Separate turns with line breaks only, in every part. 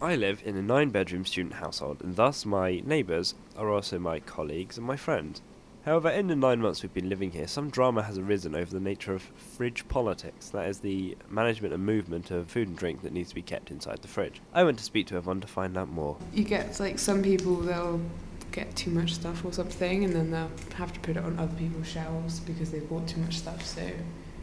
I live in a nine bedroom student household, and thus my neighbours are also my colleagues and my friends. However, in the nine months we've been living here, some drama has arisen over the nature of fridge politics that is, the management and movement of food and drink that needs to be kept inside the fridge. I went to speak to everyone to find out more.
You get like some people they'll get too much stuff or something, and then they'll have to put it on other people's shelves because they bought too much stuff. So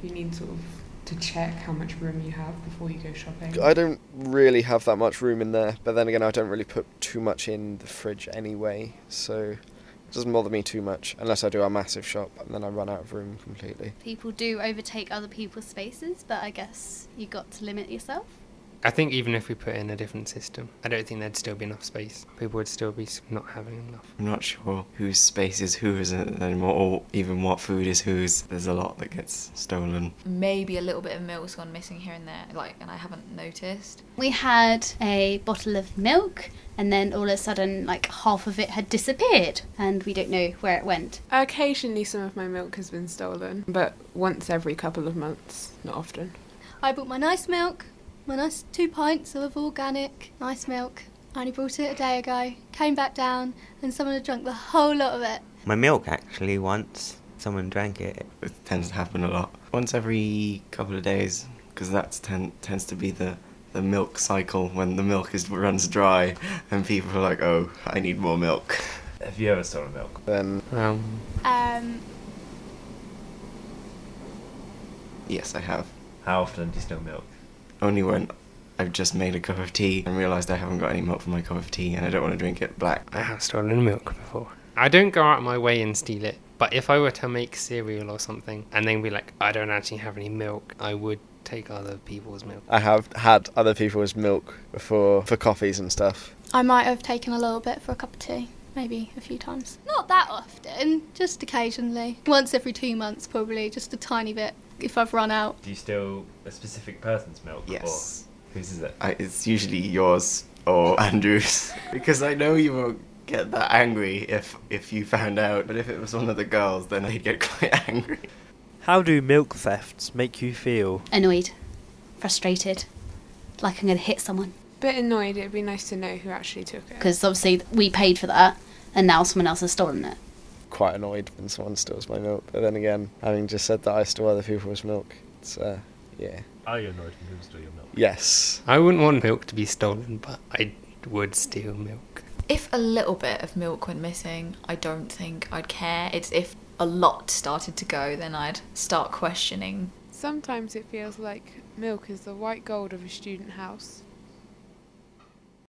you need sort of to check how much room you have before you go shopping.
I don't really have that much room in there, but then again, I don't really put too much in the fridge anyway, so it doesn't bother me too much unless I do a massive shop and then I run out of room completely.
People do overtake other people's spaces, but I guess you got to limit yourself.
I think even if we put in a different system, I don't think there'd still be enough space. People would still be s- not having enough.
I'm not sure whose space is whose anymore, or even what food is whose. There's a lot that gets stolen.
Maybe a little bit of milk's gone missing here and there, like, and I haven't noticed.
We had a bottle of milk, and then all of a sudden, like half of it had disappeared, and we don't know where it went.
Occasionally, some of my milk has been stolen, but once every couple of months, not often.
I bought my nice milk, my nice two pints of organic nice milk. I only bought it a day ago. Came back down and someone had drunk the whole lot of it.
My milk, actually, once someone drank it.
It tends to happen a lot. Once every couple of days, because that ten- tends to be the, the milk cycle when the milk is runs dry and people are like, oh, I need more milk.
Have you ever stolen milk?
Then
Um,
Um,
Yes, I have.
How often do you steal milk?
Only when I've just made a cup of tea and realised I haven't got any milk for my cup of tea and I don't want to drink it black.
I have stolen milk before. I don't go out of my way and steal it, but if I were to make cereal or something and then be like, I don't actually have any milk, I would take other people's milk.
I have had other people's milk before for coffees and stuff.
I might have taken a little bit for a cup of tea, maybe a few times. Not that often, just occasionally. Once every two months, probably, just a tiny bit if I've run out.
Do you steal a specific person's milk?
Yes.
Or whose is it?
I, it's usually yours or Andrew's because I know you won't get that angry if if you found out. But if it was one of the girls, then they'd get quite angry.
How do milk thefts make you feel?
Annoyed, frustrated, like I'm going to hit someone
Bit annoyed. It'd be nice to know who actually took it.
because obviously we paid for that, and now someone else has stolen it.
Quite annoyed when someone steals my milk, but then again, having just said that I steal other people's milk, it's uh, yeah,
Are you annoyed when people steal your milk?
yes.
I wouldn't want milk to be stolen, but I would steal milk.
If a little bit of milk went missing, I don't think I'd care. It's if a lot started to go, then I'd start questioning.
Sometimes it feels like milk is the white gold of a student house.